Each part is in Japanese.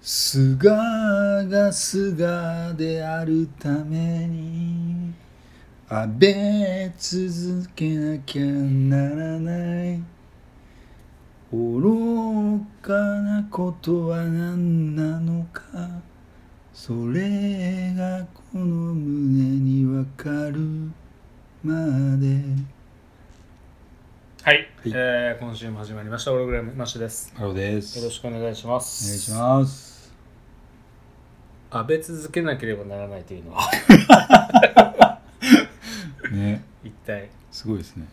すががすがであるために安倍続けなきゃならない愚かなことは何なのかそれがこの胸にわかるまではい、えー今週も始まりましたオログラムマッシュですハローですよろしくお願いしまお願いすしますあべ続けなければならないというのはね一体すごいですね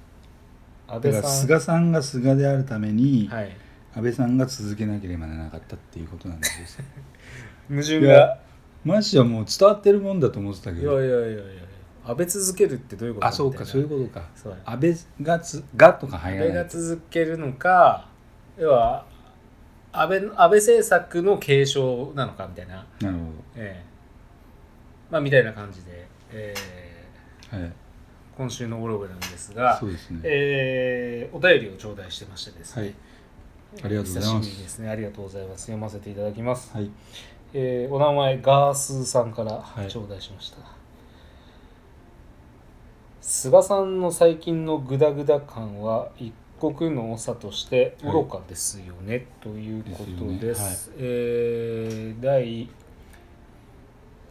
安だか倍らさん菅さんが菅であるために、はい安倍さんが続けなければならなかったっていうことなんですよ矛盾いがやマジはもう伝わってるもんだと思ってたけいやいやどいやいや安倍続けるってどういうことあそうかそういうこことかそう安倍がつがとか入安ら倍ないが続けるのか要は安倍安倍政策の継承なのかみたいななるほええまあみたいな感じで、えどはいえ今週のオログラムですがそうですねえーお便りを頂戴してましてですね、はいありがとうございま久しぶりですすねありがとうございます読ませていただきます、はいえーお名前ガースーさんからい頂戴しました、菅さんの最近のグダグダ感は一国の長としてはい愚かですよね、ということでですすえー第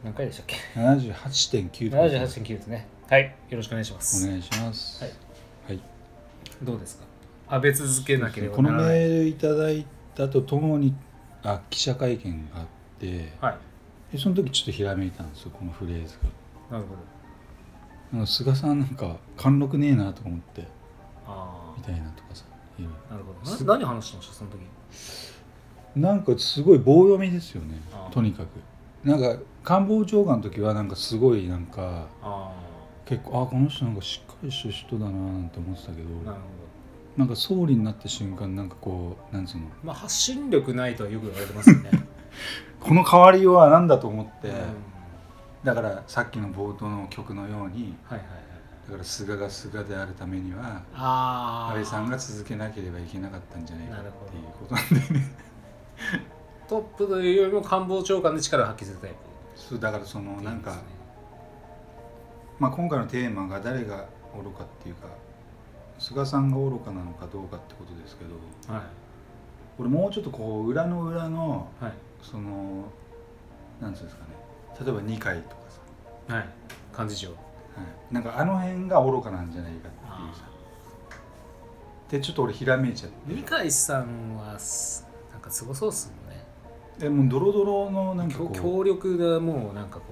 何回でしたっけ78.9 78.9ですねはいよろしくお願いしまおす願いしますはい、はいどうですか安倍続けなければこのなメらないールいただいたとともにあ記者会見があってはいでその時ちょっとひらめいたんですよこのフレーズがなるほなどんか菅さんなんか貫禄ねえなとか思ってあみたいなとかさいろいろあなるほすどな何話してましたその時なんかすごい棒読みですよねああとにかくなんか官房長官の時はなんかすごいなんかあ結構あこの人なんかしっかりした人だななんて思ってたけどあなるほなんか総理になった瞬間なんかこうなんつうのどまあ発信力ないとはよく言われてますよ ね、この変わりようは何だと思って、うんはいだからさっきの冒頭の曲のようにはいはいだから菅が菅であるためにはああ安倍さんが続けなければいけなかったんじゃないかってなるいうことほどなんでねトップというよりも官房長官で力を発揮するタイ そうだからそのプなんか、まあ、今回のテーマが誰が愚かっていうか菅さんが愚かなのかどうかってことですけどは俺もうちょっとこう裏の裏のいはそのなんつうんですかね例えば二階とかさ、いはい幹事長はい、なんかあの辺が愚かなんじゃないかっていうさでちょっと俺ひらめいちゃっ二階さんはすなんかすごそうっすもんねてでもうドロドロのなんか強こ強力なもうなんかこ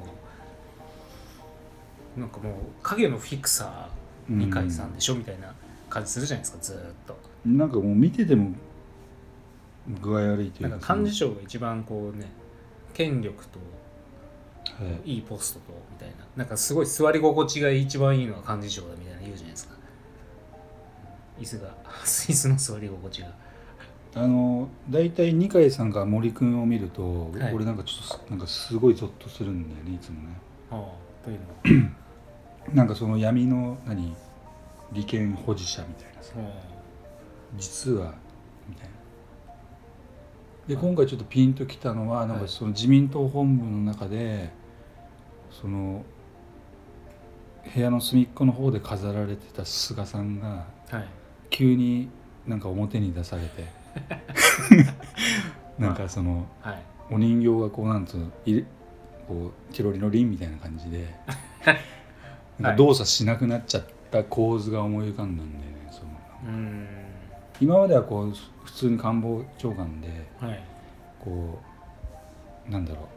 うなんかもう影のフィクサうー二階さんでししょ、みたいな感じするじゃないですかずーっとょなんかもう見てても具合悪いといなうんか幹事長が一番こうね権力とそのはいいいポストとみたいななんかすごい座り心地が一番いいのは幹事長だみたいな言うじゃないですか椅子が 椅子の座り心地があの大体二階さんが森くんを見ると、はい俺なんかちょっとなんかすごいゾッとするんだよねいつもねああというのはなんかその闇の何利権保持者みたいなさ実はみたいなで今回ちょっとピンときたのはなんはかいその自民党本部の中でその部屋の隅っこの方で飾られてた菅さんがはい急になんか表に出されて なんかそのはいお人形がこうなんつうのいれこうチロリのリンみたいな感じでなんか動作しなくなっちゃった構図が思い浮かんだんでねそのうーん今まではこう普通に官房長官ではいこうなんだろ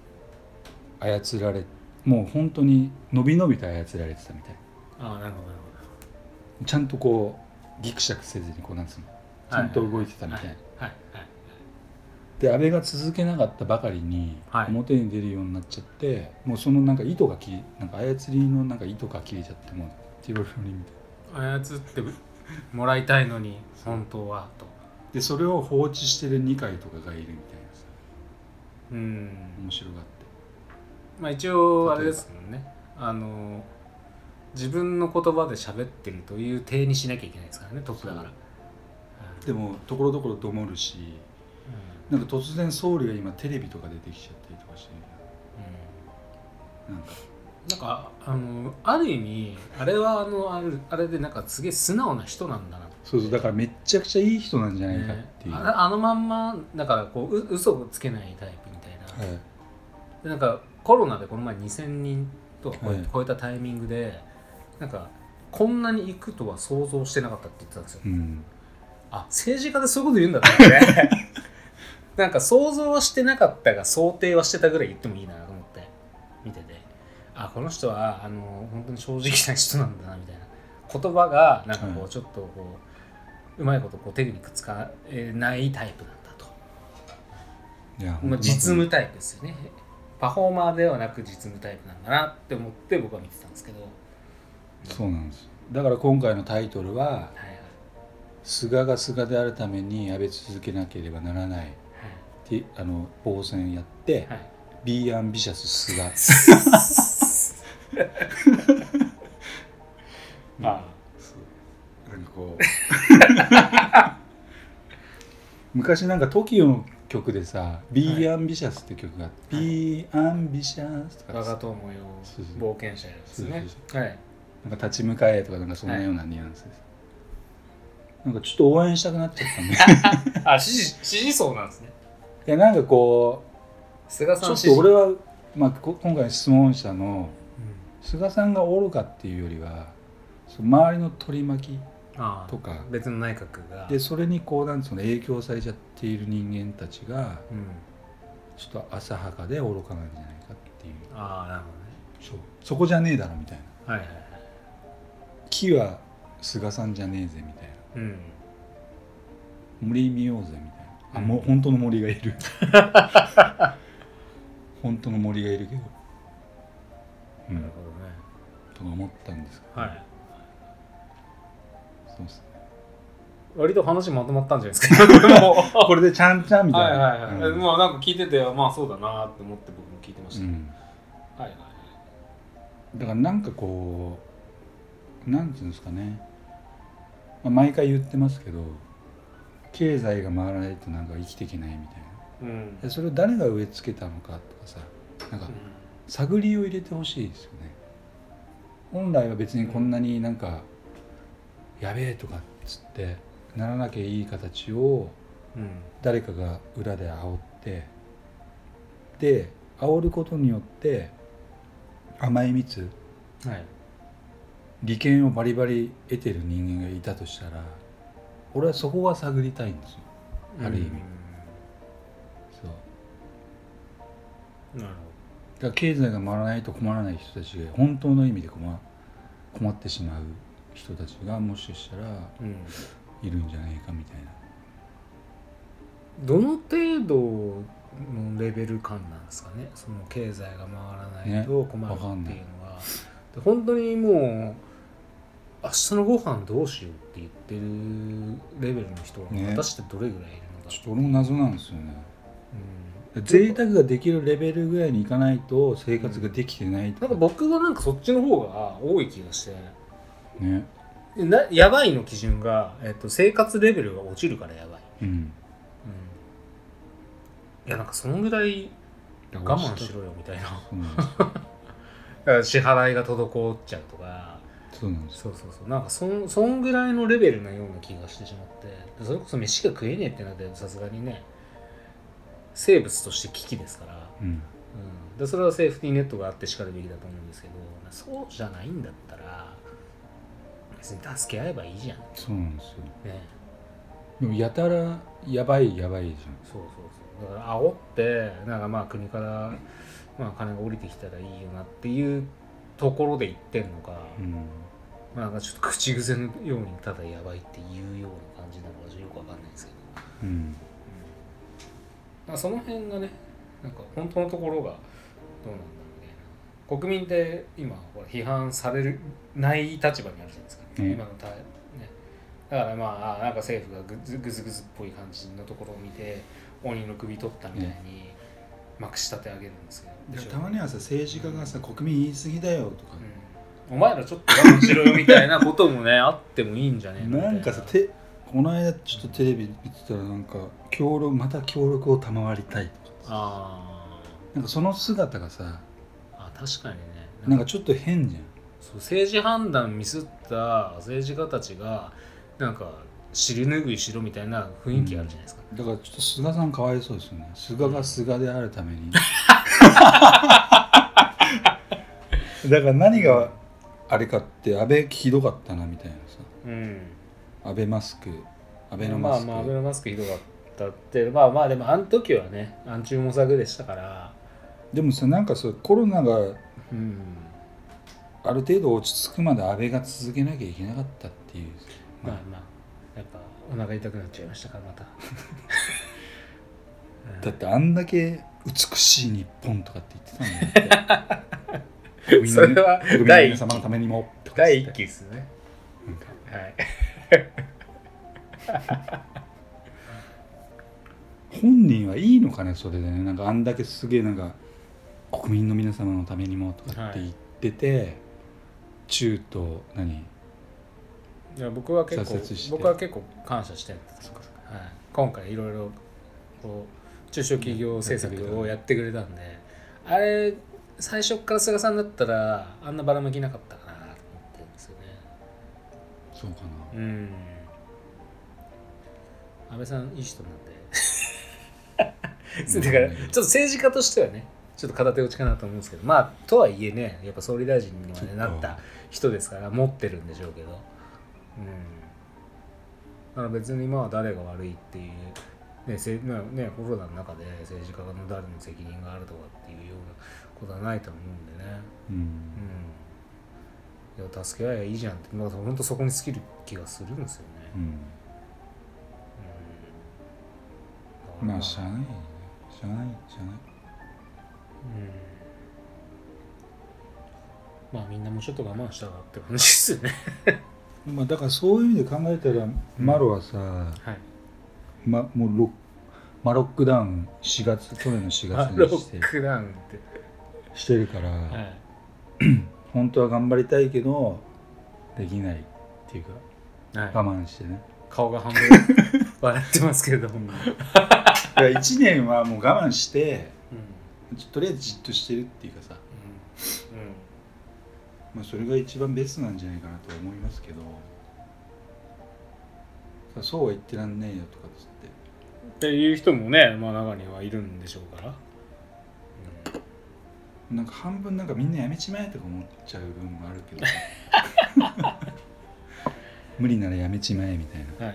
う操られもう本当に伸び伸びと操られてたみたいああなるほどなるちゃんとこうギクシャクせずにこうなんつうのちゃんと動いてたみたいな、ほどはいはいで安倍が続けなかったばかりにはい表に出るようになっちゃって、もうそのなんか糸が切りなんか操りのなんか糸が切れちゃってもうティロリロリみたいな操ってもらいたいのに本当はとでそれを放置してる2階とかがいるみたいなさうーん面白がってまあ一応あれですもんねあの自分の言葉で喋ってるという体にしなきゃいけないですからねトップだからでもところどころどもるしうなんか突然総理が今テレビとか出てきちゃったりとかしてなんかなんかあのある意味あれはあのあるあれでなんかすげえ素直な人なんだなそうそうだからめっちゃくちゃいい人なんじゃないかっねていう、あのあのまんまだからこうう嘘をつけないタイプみたいな、はいでなんかコロナでこの前2000人とか超え,、はい超えたタイミングでなんかこんなに行くとは想像してなかったって言ってたんですようん、あ政治家でそういうこと言うんだと思ってね なんか想像はしてなかったが想定はしてたぐらい言ってもいいなと思って見ててあこの人はあの本当に正直な人なんだなみたいな言葉がなんかこはうちょっとこう、うまいことこうテクニック使えないタイプなんだと、いやまあ、実務タイプですよねパフォーマーではなく実務タイプなんだなって思って僕は見てたんですけど、そうなんですだから今回のタイトルははいはい「菅が菅であるために安倍続けなければならない」ってあの防戦やってはいはい「ビーアンビシャス菅」 あなんか こう昔なんか TOKIO の曲でさ「Be Ambitious」って曲があって「Be Ambitious」とかな我んがか友よそうそう冒険者ですねそう。はい。立ち向かえとかなんかそんなようなニュアンスです、なんかちょっと応援したくなっちゃっ たねあ、支持支持層なんですね。いやなんかこ菅うさちょんっ支持。と俺は、まあ、こ今回質問者の菅さんがおるかっていうよりはその周りの取り巻きあとか別の内閣が。でそれにこうなんつうの影響されちゃっている人間たちがうん。ちょっと浅はかで愚かなんじゃないかっていうああ、なるそうそこじゃねえだろみたいなほどね。はいはいはい。木は菅さんじゃねえぜみたいなうん。森見ようぜみたいなあうんもう本当の森がいる 本当の森がいるけどうなるんほどね。と思ったんですけど、はい。そうっすね割と話まとまったんじゃないですか。もうこれでちゃんちゃん みたいはいなはいはい。うんまあなんか聞いてて、まあそうだなって思って僕も聞いてましうた。んはいはいは。だからなんかこうなんていうんですかね、まあ、毎回言ってますけど経済が回らないとなんか生きていけないみたいないうん。でそれを誰が植え付けたのかとかさなんか探りを入れてほしいですよね本来は別にこんなになんか、やべえとかっつってならなきゃいい形をうん。うん誰かが裏で煽ってで煽ることによって甘い蜜はい。利権をバリバリ得てる人間がいたとしたら俺はそこが探りたいんですよある意味そううん。なるだから経済が回らないと困らない人たちが本当の意味で困困ってしまう人たちがもしかしたらほど。うん。いるんじゃないかみたいなどの程度のレベル感なんですかねその経済が回らないと困るっていうのは、ねで本当にもう明日のご飯どうしようって言ってるレベルの人はね果たしてどれぐらいいるのか、ちょっと俺も謎なんですよねう贅沢ができるレベルぐらいにいかないと生活ができてないん、なとんか僕はなんかそっちの方が多い気がしてねでなやばいの基準が、えっと、生活レベルが落ちるからやばい、うんうん、いやなんかそのぐらい我慢しろろよみたいなそうなんですよだから支払いが滞っちゃうとかそうなんですよそうそうそうなんかそんそんぐらいのレベルなような気がしてしまってでそれこそ飯が食えねえってなってさすがにね生物として危機ですから、うんうん、でそれはセーフティーネットがあってしかるべきだと思うんですけどそうじゃないんだったら別に助け合えばいいじゃんねそうなんですよそでもやたらやばいやばいじゃんうそうそうだから煽ってなんかまあ国から、まあ、金が降りてきたらいいよなっていうところで言ってんのか、うんまあ、なんかちょっと口癖のようにただやばいっていうような感じなのかちょっとよくわかんないですけうど、んまあ、その辺がねなんか本当のところがどうなんだろうね国民って今ほら批判されるない立場にあるじゃないですか、ね今のた、ね、だからまああなんか政府がぐずぐずぐずっぽい感じのところを見て鬼の首取ったみたいにまくし立て上げるんですけど、たまにはさ政治家がさ国民言い過ぎだよとかうんお前らちょっと我慢しろよみたいなこともねあってもいいんじゃねえのみなたいんかさてこの間ちょっとテレビ見てたらなんか協力また協力を賜りたいとかあなんかその姿がさーあ確かにねなんかちょっと変じゃんそう政治判断ミスった政治家たちがなんか尻拭いしろみたいな雰囲気あるじゃないですか、だからちょっと菅さんかわいそうですよね菅が菅であるため にだから何があれかって安倍ひどかったなみたいなさうん安倍マスク安倍のまマあスク、まあアベノマスクひどかったってまあまあでもあの時はね暗中模索でしたからでもさなんかさコロナがうんある程度落ち着くまで安倍が続けなきゃいけなかったっていう まあまあやっぱお腹痛くなっちゃいましたからま た、うんだってあんだけ美しい日本とかって言ってたんだよそれは国民の第皆一様のためにもとかっつ第っ一て期ですねなんかはい本人はいいのかねそれでねなんかあんだけすげえなんか国民の皆様のためにもとかって言ってて、中と何いや僕は結挫折して構僕は結構感謝してるんですはい、今回いろいろこう中小企業政策をやってくれたんであれ最初から菅さんだったらあんなばらまきなかったかなと思ってるんですよねそうかなうん安倍さんいい人なんでそうだからちょっと政治家としてはねちょっと片手落ちかなと思うんですけどまあとはいえねやっぱ総理大臣にまでなった人ですから持ってるんでしょうけどうんだから別にまあ誰が悪いっていうねせまあねコロナの中で政治家の誰の責任があるとかっていうようなことはないと思うんでねうんうん、いや助け合えばいいじゃんって、まあ、本当そこに尽きる気がするんですよね。うんうんまあしゃあないよねしゃあないしゃあないうんまあみんなもうちょっと我慢したらって感じですよね。 まあ、だからそういう意味で考えたら、マロはさ、はい、ま、もうロマロックダウン4月去年の4まあ月ロにしてックダウンって。してるから、はい、本当は頑張りたいけどできないっていうかはい、我慢してね顔が半分笑ってますけれども。 1年はもう我慢してうんちょとりあえずじっとしてるっていうかさ、うんうんまあ、それが一番ベストなんじゃないかなと思いますけどそうは言ってらんねえよとかっつってっていう人もね、まあ、中にはいるんでしょうから。うんなんか半分なんかみんなやめちまえとか思っちゃう部分もあるけど 無理ならやめちまえみたいなは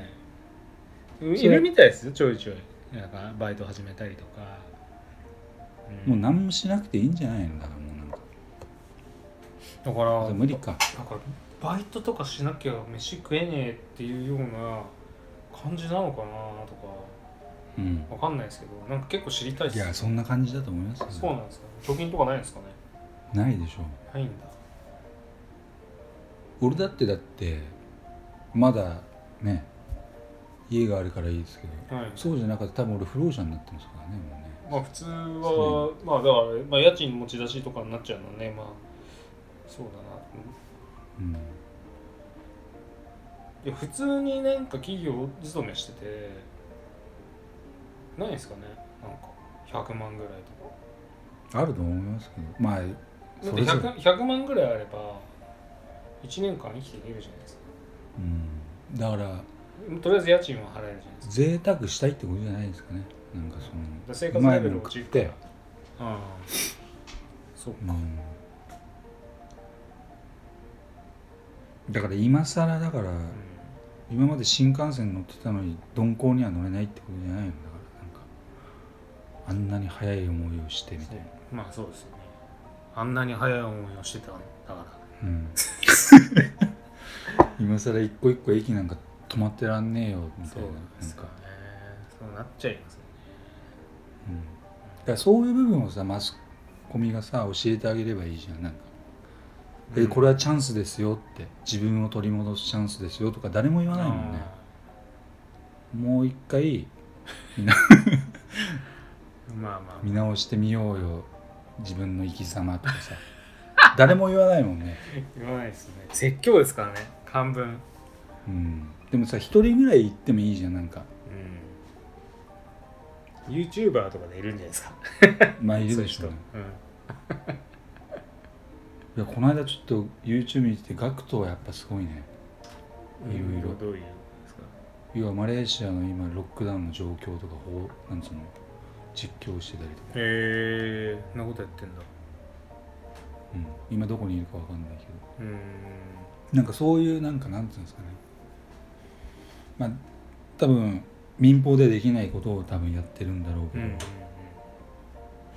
い、いるみたいですよちょいちょいなんかバイト始めたりとか、うんもう何もしなくていいんじゃないのだからもうなんかだから無理かなんかバイトとかしなきゃ飯食えねえっていうような感じなのかなとかうんわかんないですけどなんか結構知りたいでいすやそんな感じだと思いますよそうなんですか貯金とかないんですかねないでしょないんだ俺だってだってまだね家があるからいいですけどはいそうじゃなかったら多分俺不老者になってますからねもうねまあ普通はまあだから、まあ、家賃持ち出しとかになっちゃうのねまあそうだなうんうんいや普通になんか企業勤めしててないですかねなんか100万ぐらいとかあると思いますけどまあだっそてれぞれ 100, 100万ぐらいあれば1年間生きていけるじゃないですかうんだからとりあえず家賃は払えるじゃないですか贅沢したいってことじゃないですかねなんかそのだから生活レベルうまいもの落ち食っるてああそうかうんだから今更だからうん今まで新幹線乗ってたのに鈍行には乗れないってことじゃないのだからなんかあんなに早い思いをしてみたいなまあそうですよねあんなに早い思いをしてたんだからうん 今更一個一個駅なんか止まってらんねえよみたいなでなんすよかね、そうなっちゃいますよねうん、だからそういう部分をさマスコミがさ教えてあげればいいじゃんなんか、えこれはチャンスですよって自分を取り戻すチャンスですよとか誰も言わないもんねあもう一回あまあまあ見直してみようよ自分の生き様とかさ誰も言わないもんね、言わないですね説教ですからね漢文うん、でもさ一人ぐらい行ってもいいじゃんなんかうん YouTuber とかでいるんじゃないですかまあいるそういうでし人ょううねんいやこの間ちょっと YouTube 見ててガクトはやっぱすごいねいろいろどういうですか要はマレーシアの今ロックダウンの状況とかほうなんつうの実況してたりとか、へえそんなことやってんだうん、今どこにいるかわかんないけどうーんなんかそういうなんかなんつうんですかねまあ多分民放でできないことを多分やってるんだろううけんど、うんうん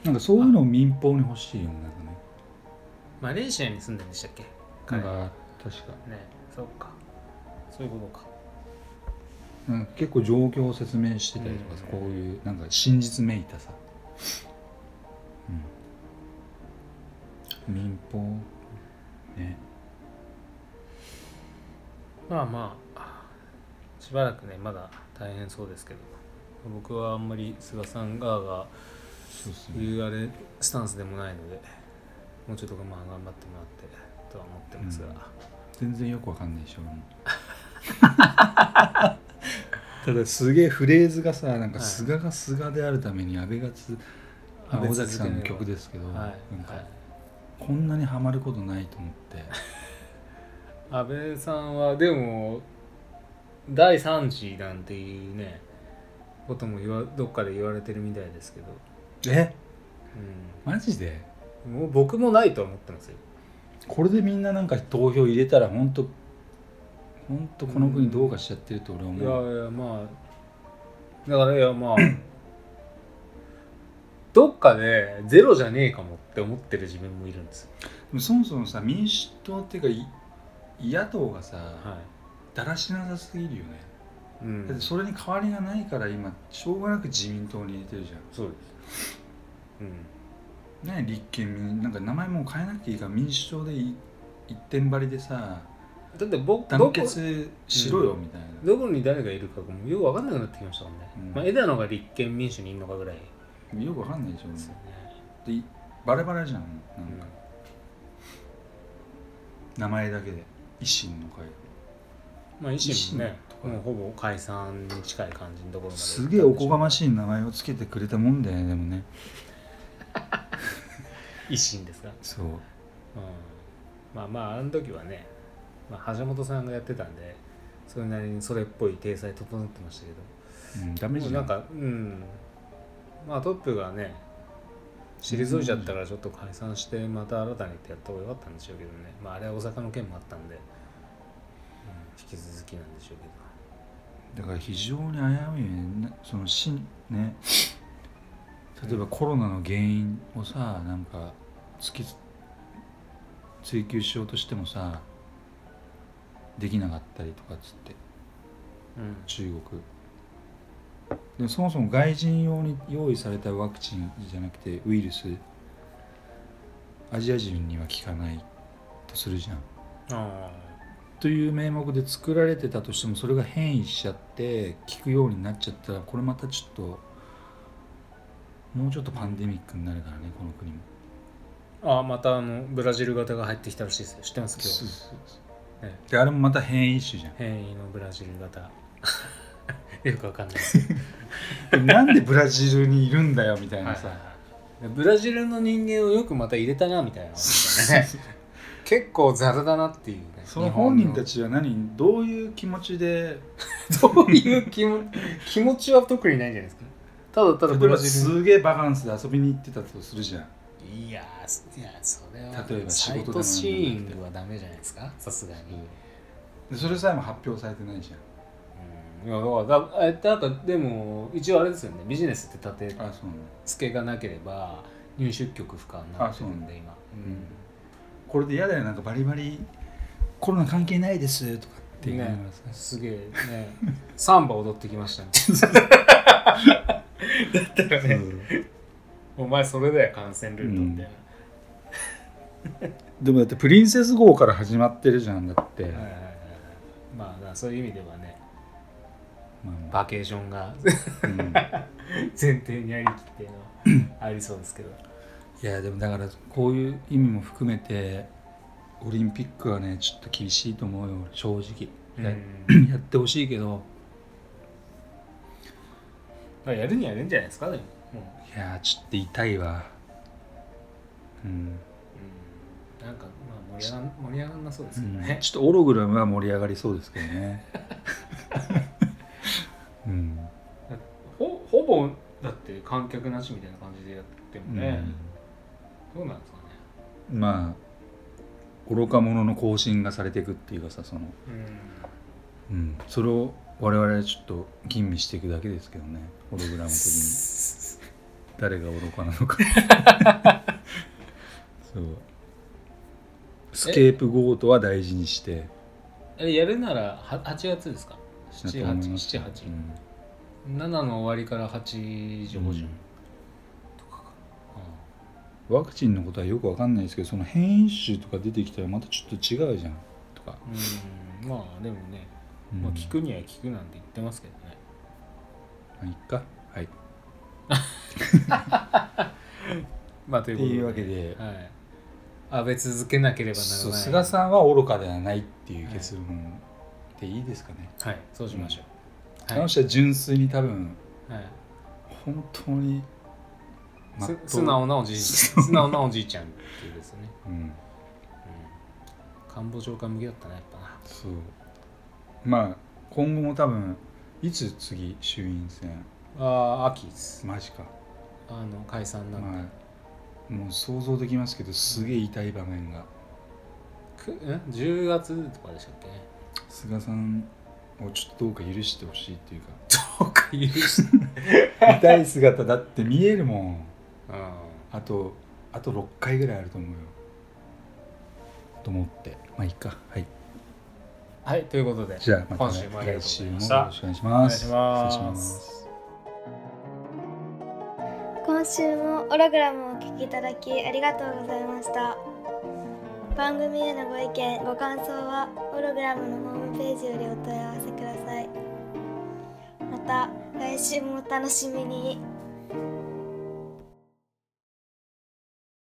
なんかそういうのを民放に欲しいよねなんかねマレーシアに住んでんでしたっけなん彼ねか確かそうかそういうことかなんか結構状況を説明してたりとかさ、うんこういうなんか真実めいたさ、うん、民放ねまあまあしばらくねまだ大変そうですけど僕はあんまり菅さん側がそうっすね言われスタンスでもないのでもうちょっとまあ頑張ってもらってとは思ってますが、うん全然よくわかんないでしょ俺 もただすげえフレーズがさなんかはい菅が菅であるために安倍がつ安倍青続ければ崎さんの曲ですけど、はい、なんかはいこんなにはまることないと思って安倍さんはでも第3次なんていうねことも言わどっかで言われてるみたいですけど、えマジでうん、もう僕もないとは思ってますよこれでみんななんか投票入れたら本当本当この国どうかしちゃってると俺い思やう、いやまあだからい やまあどっかでゼロじゃねえかもって思ってる自分もいるんですよでもそもそもさ民主党っていうかい野党がさ、はだらしなさすぎるよね、い、うんだってそれに変わりがないから今しょうがなく自民党に入れてるじゃんそうですうんね立憲民なんか名前もう変えなくていいから民主党でい一点張りでさだって僕ど団こ結しろよみたいな、どこに誰がいるかもよく分かんなくなってきましたもんね、うんまあ、枝野が立憲民主にいるのかぐらいよくわかんないでしょですよねでいバラバラじゃんなんか、名前だけで維新の会まあ維新もね維新とかもうほぼ解散に近い感じのところまですげえおこがまいしい名前をつけてくれたもんだよねでもね維新ですか、うん、そうまあまああの時はね、まあ、橋本さんがやってたんでそれなりにそれっぽい体裁整ってましたけどうん、ダメもじゃうんなんかうんまあトップがね退いちゃったからちょっと解散してまた新たにってやった方が良かったんでしょうけどねまああれは大阪の件もあったんで、うん引き続きなんでしょうけだから非常に危ういよねなそのしね例えばコロナの原因をさなんか突き追求しようとしてもさできなかったりとかっつってどうん中国でもそもそも外人用に用意されたワクチンじゃなくてウイルスアジア人には効かないとするじゃんあという名目で作られてたとしてもそれが変異しちゃって効くようになっちゃったらこれまたちょっともうちょっとパンデミックになるからねこの国もーあーまたあのブラジル型が入ってきたらしいですよ知ってます今日ねであれもまた変異種じゃ変異のブラジル 型よくわかんないですけどんなんでブラジルにいるんだよみたいなさ、でブラジルの人間をよくまた入れたなみたいな、ね、 結構ザラだなっていうねその本人たちちは何どういう気持ちで どういう気も気持ちは特にないんじゃないですかただただ例えブラばジルすげえバカンスで遊びに行ってたとするじゃんいやーすいやそれは例えば仕サイ事でもトシーイングはダメじゃないですかさすがに、でそれさえも発表されてないじゃうん、いやだからだえなんかでも一応あれですよねビジネスって立てんあそうなんだ付けがなければ入出局不可になってるんで今、うんこれで嫌だよなんかバリバリコロナ関係ないですとかって言いながらさ、すげえね サンバ踊ってきまし たみたいなだったらね、お前それだよ感染ルートみたいな、でもだってプリンセス号から始まってるじゃんだって、はいはいはいはいまあだからそういう意味ではねまあバケーションがうん 前提にありきって いうのはありそうですけど いやでもだからこういう意味も含めてオリンピックはねちょっと厳しいと思うよ正直や,、うんや ってほしいけどまあやるにはやるんじゃないですかねもいうやーちょっと痛いわうん、うんなんかまあ盛り上がん盛り上がんなそうですけどうんね、ちょっとオログラムは盛り上がりそうですけど ねうんほほぼだって観客なしみたいな感じでやってもね、どうなんですかね、うん、まあ愚か者の更新がされていくっていうかさその、うん、それを我々はちょっと吟味していくだけですけどねホログ ラム的に誰が愚かなのか そうスケープゴートは大事にしてえやるならは8月ですかだと思います78787うんの終わりから8時5時、うんワクチンのことはよくわかんないですけどその変異種とか出てきたらまたちょっと違うじゃんとか、うんまあでもね、うんまあ、聞くには聞くなんて言ってますけどねまあいっかはいっまあとていうことでいうわけで、はい、安倍続けなければならないそう菅さんは愚かではないっていう結論でいいですかね、はいそうしましょう、あのはい人は純粋に多分はい本当にまっとすう素直なおじいち ゃん素直なおじいちゃんっていうですね、うんうん、官房長官向けだったなやっぱなそうまあ今後も多分いつ次衆院選ああー秋ですマジかあの解散なんて、まあもう想像できますけどすげえ痛い場面がくん10月とかでしたっけね菅さんをちょっとどうか許してほしいっていうかどうか許 して 痛い姿だって見えるもんうんあとあと6回ぐらいあると思うよと思ってまあいいかはいはいということでじゃあまた今週もありがとう来ござ週いもよまろししたくお願いします失礼お願いししまますす今週もオログラムをお聴きいただきありがとうございました番組へのご意見ご感想はオログラムのホームページよりお問い合わせくださいまた来週もお楽しみに